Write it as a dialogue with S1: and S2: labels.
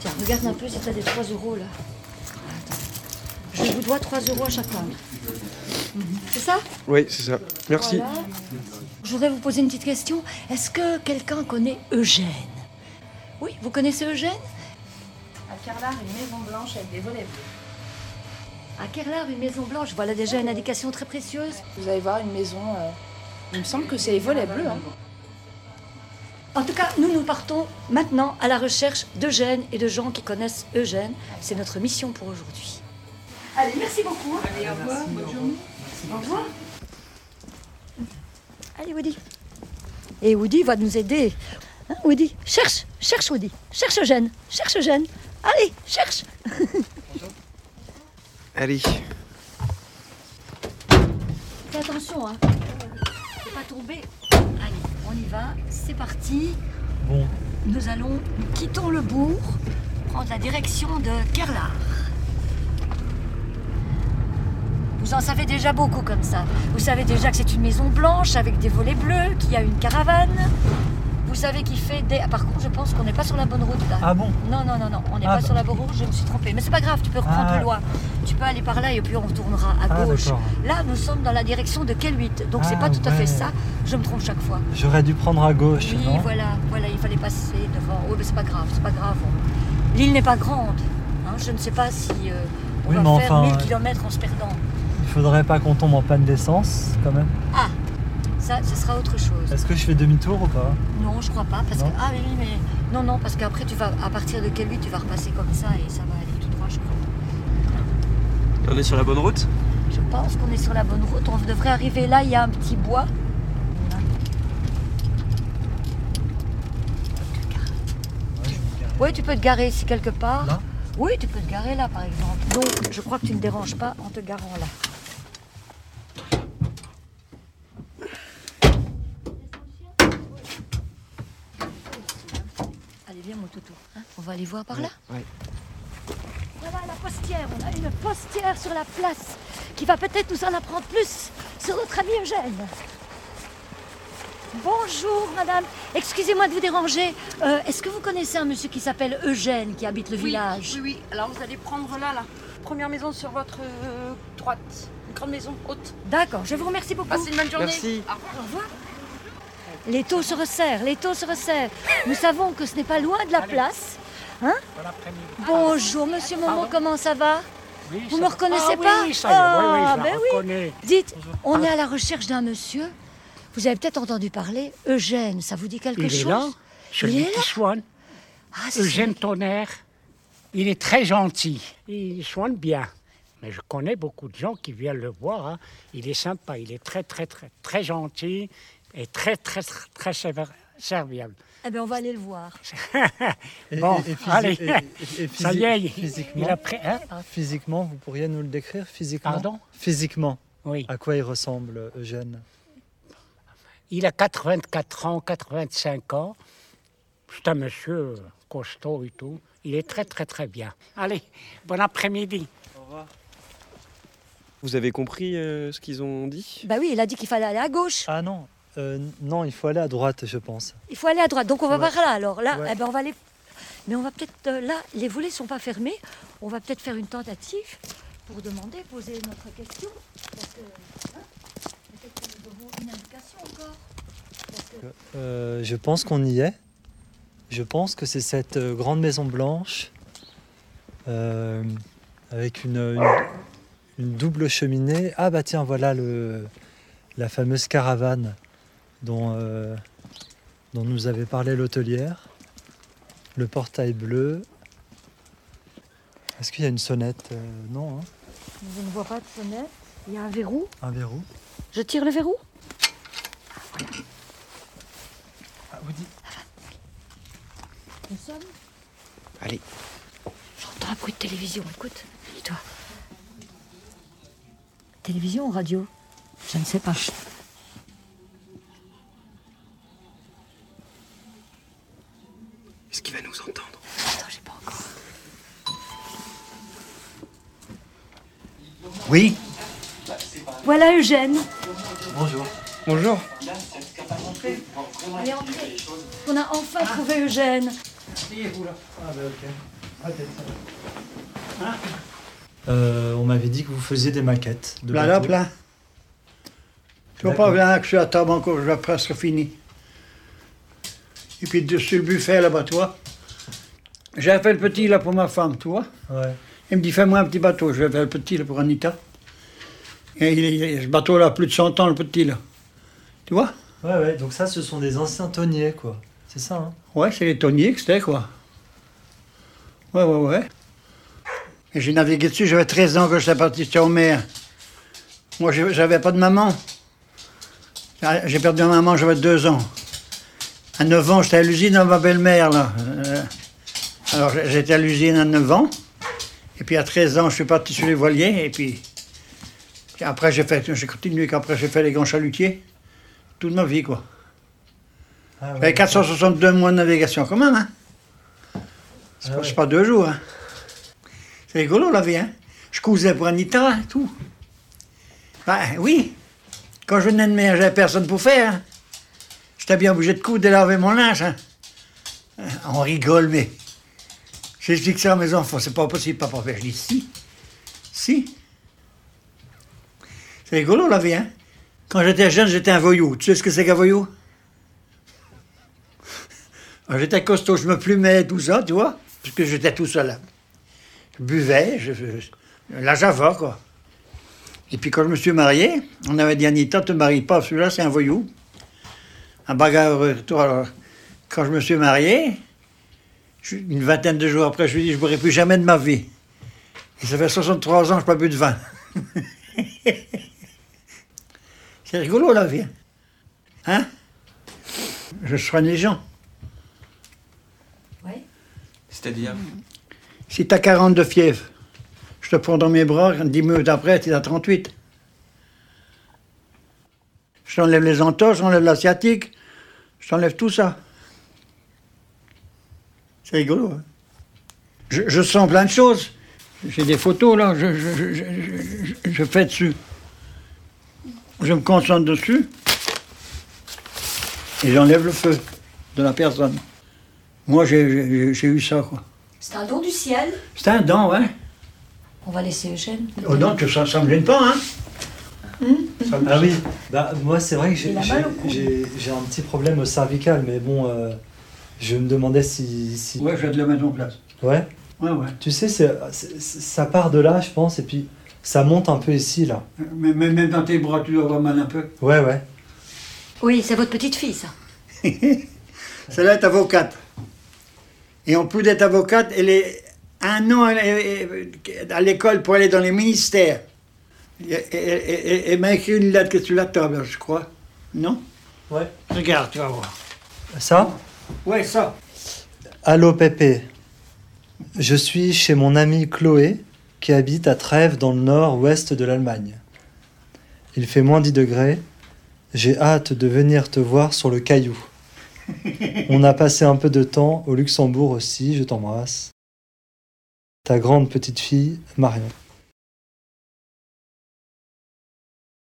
S1: Tiens, regarde un peu si t'as des 3 euros là. Attends. Je vous dois 3 euros à chacun. C'est ça
S2: Oui, c'est ça. Merci.
S1: Voilà. Je voudrais vous poser une petite question. Est-ce que quelqu'un connaît Eugène Oui, vous connaissez Eugène
S3: À Carlar, une maison blanche avec des volets bleus.
S1: À Kerlar, une maison blanche. Voilà déjà une indication très précieuse.
S3: Vous allez voir une maison. euh, Il me semble que c'est les volets bleus. hein.
S1: En tout cas, nous, nous partons maintenant à la recherche d'Eugène et de gens qui connaissent Eugène. C'est notre mission pour aujourd'hui. Allez, merci beaucoup. Allez, au revoir. Au revoir. Allez, Woody. Et Woody va nous aider. Hein, Woody, cherche, cherche Woody. Cherche Eugène, cherche Eugène. Allez, cherche.
S2: Allez.
S1: Fais attention, hein. Faut pas tomber. Allez, on y va. C'est parti.
S4: Bon,
S1: Nous allons, nous quittons le bourg, prendre la direction de Kerlar. Vous en savez déjà beaucoup comme ça. Vous savez déjà que c'est une maison blanche avec des volets bleus, qu'il y a une caravane. Vous savez qu'il fait des. Ah, Par contre, je pense qu'on n'est pas sur la bonne route là.
S4: ah bon
S1: Non, non, non, non, on n'est
S4: Ah,
S1: pas
S4: bah.
S1: sur la bonne route, je me suis trompée. Mais c'est pas grave, tu peux reprendre
S4: Ah.
S1: plus loin. Tu peux aller par là et puis on retournera à
S4: Ah
S1: gauche.
S4: d'accord.
S1: Là, nous sommes dans la direction de K8, donc c'est
S4: Ah,
S1: pas tout à
S4: ouais.
S1: fait ça. Je me trompe chaque fois.
S4: J'aurais dû prendre à gauche,
S1: Oui,
S4: non
S1: voilà, voilà, il fallait passer devant. Oui, mais c'est pas grave, c'est pas grave. on- L'île n'est pas grande. hein, je ne sais pas si euh, on
S4: Oui,
S1: va
S4: mais
S1: faire
S4: enfin, euh,
S1: 1000
S4: ouais.
S1: km en se perdant.
S4: Il faudrait pas qu'on tombe en panne d'essence quand même.
S1: Ah, Ça, ce sera autre chose.
S4: Est-ce que je fais demi-tour ou pas
S1: Non, je crois pas, parce
S4: Euh, Non.
S1: que ah oui, oui, mais non, non, parce qu'après tu vas à partir de Calvi, tu vas repasser comme ça et ça va aller tout droit, je crois.
S2: On est sur la bonne route
S1: Je pense qu'on est sur la bonne route. On devrait arriver là. Il y a un petit bois. Oui, tu peux te garer ici quelque part.
S4: Là
S1: Oui, tu peux te garer là, par exemple. Donc, je crois que tu ne déranges pas en te garant là. Allez, viens, mon toutou. hein. on va aller voir par là.
S2: Ouais.
S1: Voilà la postière. On a une postière sur la place qui va peut-être nous en apprendre plus sur notre ami Eugène. Bonjour, madame. Excusez-moi de vous déranger. Euh, Est-ce que vous connaissez un monsieur qui s'appelle Eugène qui habite le
S5: Oui,
S1: village
S5: Oui, oui. Alors vous allez prendre là, là. Première maison sur votre euh, droite. Une grande maison haute.
S1: D'accord, je vous remercie beaucoup.
S5: Passez une bonne journée.
S2: Merci.
S5: Au revoir.
S1: Au revoir. Les taux se resserrent, les taux se resserrent. Nous savons que ce n'est pas loin de la place. Hein Bonjour, monsieur Momo, comment ça va
S6: Oui,
S1: Vous
S6: ça
S1: me
S6: va.
S1: reconnaissez
S6: Ah oui,
S1: pas
S6: oui, ça y est, oui,
S1: Ah,
S6: oui, je
S1: ben
S6: la
S1: oui.
S6: reconnais. Ah.
S1: Dites, on est à la recherche d'un monsieur. Vous avez peut-être entendu parler, Eugène, ça vous dit quelque
S6: Il
S1: chose
S6: est là, celui
S1: est là
S6: qui soigne.
S1: Ah, c'est
S6: Eugène Tonnerre, il est très gentil. Il soigne bien. Mais je connais beaucoup de gens qui viennent le voir. hein. Il est sympa, il est très, très, très, très gentil et très, très, très, très sévère- serviable.
S1: celui- Eh bien, on va aller le voir.
S6: Bon,
S4: et- et physi-
S6: allez,
S4: et- et- et
S6: ça y est,
S4: physi-
S6: il,
S4: physiquement
S6: il a pris... hein
S1: Ah.
S2: Physiquement, vous pourriez nous le décrire physiquement
S6: Pardon
S2: Physiquement,
S6: oui.
S2: à quoi il ressemble, euh, Eugène
S6: Il a 84 ans, 85 ans. C'est un monsieur costaud et tout. Il est très, très, très bien. Allez, bon après-midi.
S2: Vous avez compris euh, ce qu'ils ont dit
S1: Bah oui, il a dit qu'il fallait aller à gauche.
S2: Ah non, euh, non, il faut aller à droite, je pense.
S1: Il faut aller à droite. Donc on va
S2: Ouais.
S1: par là alors. Là,
S2: Ouais.
S1: eh ben, on va aller. Mais on va peut-être. euh, là, les volets sont pas fermés. On va peut-être faire une tentative pour demander, poser notre question. Parce que. hein, peut-être que nous aurons une indication encore. Parce que-
S2: Euh, je pense qu'on y est. Je pense que c'est cette euh, grande maison blanche euh, avec une, une- une double cheminée. Ah bah tiens, voilà le, la fameuse caravane dont, euh, dont nous avait parlé l'hôtelière. Le portail bleu. Est-ce qu'il y a une sonnette Euh, Non, hein
S1: Je ne vois pas de fenêtre. Il y a un verrou.
S2: un verrou.
S1: Je tire le verrou
S2: Ah, Woody.
S1: Nous sommes.
S2: Allez.
S1: J'entends un bruit de télévision, écoute. Et toi Télévision ou radio Je ne sais pas.
S2: Est-ce qu'il va nous entendre
S1: Attends, j'ai pas encore.
S4: Oui
S1: Voilà Eugène.
S2: Bonjour.
S4: Bonjour.
S1: Allez, entrez. On a enfin trouvé Eugène.
S6: Asseyez-vous là.
S4: Ah, bah ok. Ah, peut-être ça.
S2: Euh, on m'avait dit que vous faisiez des maquettes. De
S7: Plein là,
S2: bateaux.
S7: plein. Tu vois pas,
S2: D'accord.
S7: plein que je suis à table encore, j'ai presque fini. Et puis dessus le buffet là-bas, tu vois. J'ai fait le petit là pour ma femme, tu vois.
S2: Ouais.
S7: Il me dit, fais-moi un petit bateau. Je vais faire le petit là, pour Anita. Et il, il- ce bateau-là a plus de 100 ans, le petit là. Tu vois
S2: ouais, ouais. Donc ça, ce sont des anciens tonniers, quoi. C'est ça, hein
S7: Ouais, c'est les tonniers que c'était, quoi. Ouais, ouais, ouais. Et j'ai navigué dessus, j'avais 13 ans que j'étais parti sur mer. Moi, j'ai- j'avais pas de maman. Ah, J'ai perdu ma maman, j'avais 2 ans. À 9 ans, j'étais à l'usine à ma belle-mère, là. Euh, alors, j'ai- j'étais à l'usine à 9 ans. Et puis, à 13 ans, je suis parti sur les voiliers. Et puis, après, j'ai fait, j'ai continué. Qu'après, j'ai fait les grands chalutiers. Toute ma vie, quoi.
S2: Ah, ouais,
S7: J'avais 462 mois de navigation quand même, hein. C'est
S2: Ah
S7: pas,
S2: ouais.
S7: c'est pas deux jours, hein. C'est rigolo la vie, hein. Je cousais pour Anita, tout. Ben oui. Quand je venais de mer, j'avais personne pour faire. hein. J'étais bien obligé de coudre et laver mon linge. hein. Euh, On rigole, mais. J'explique ça à mes enfants, c'est pas possible, papa. Ben, je dis si. Si. C'est rigolo la vie, hein. Quand j'étais jeune, j'étais un voyou. Tu sais ce que c'est qu'un voyou? Alors, J'étais costaud, je me plumais, tout ça, tu vois, parce que j'étais tout seul. Je buvais, je, je- la java, quoi. Et puis quand je me suis marié, on avait dit Anita, te marie pas, celui-là c'est un voyou, un bagarreux. Toi, alors, quand je me suis marié, je- une vingtaine de jours après, je lui ai dit, je ne boirai plus jamais de ma vie. Et ça fait 63 ans que je n'ai pas bu de vin. c'est rigolo la vie. Hein Je soigne les gens.
S8: C'est-à-dire
S7: Si t'as 40 de fièvre, je te prends dans mes bras, 10 minutes après, t'es à 38. Je t'enlève les entorses, je t'enlève l'asiatique, je t'enlève tout ça. C'est rigolo. hein. je, je sens plein de choses. J'ai des photos là, je, je- je- je- je- je fais dessus. Je me concentre dessus et j'enlève le feu de la personne. Moi, j'ai- j'ai j'ai eu ça, quoi.
S1: C'est un don du ciel.
S7: C'est un don, hein
S1: On va laisser Eugène.
S7: Oh non, que ça, ça me gêne pas, hein Ça me-
S2: Ah oui, bah moi c'est vrai que j'ai
S1: Il a
S2: j'ai-
S1: mal au cou.
S2: j'ai- j'ai un petit problème au cervical, mais bon, euh, je me demandais si. si-
S7: Ouais, je vais te le mettre en place.
S2: Ouais.
S7: Ouais, ouais.
S2: Tu sais, c'est c'est- ça part de là, je pense, et puis ça monte un peu ici, là.
S7: Mais, mais même dans tes bras, tu dois avoir mal un peu.
S2: Ouais, ouais.
S1: Oui, c'est votre petite fille, ça.
S7: Celle-là est avocate. Et en plus d'être avocate, elle est un an elle est- à l'école pour aller dans les ministères. Et- et- et- et- Elle m'a écrit une lettre qui est sur la table, je crois. Non
S2: Ouais.
S7: Regarde, tu vas voir.
S2: Ça
S7: Ouais, ça.
S2: Allô Pépé, je suis chez mon amie Chloé qui habite à Trèves dans le nord-ouest de l'Allemagne. Il fait moins 10 degrés, j'ai hâte de venir te voir sur le caillou. On a passé un peu de temps au Luxembourg aussi, je t'embrasse. Ta grande petite fille, Marion.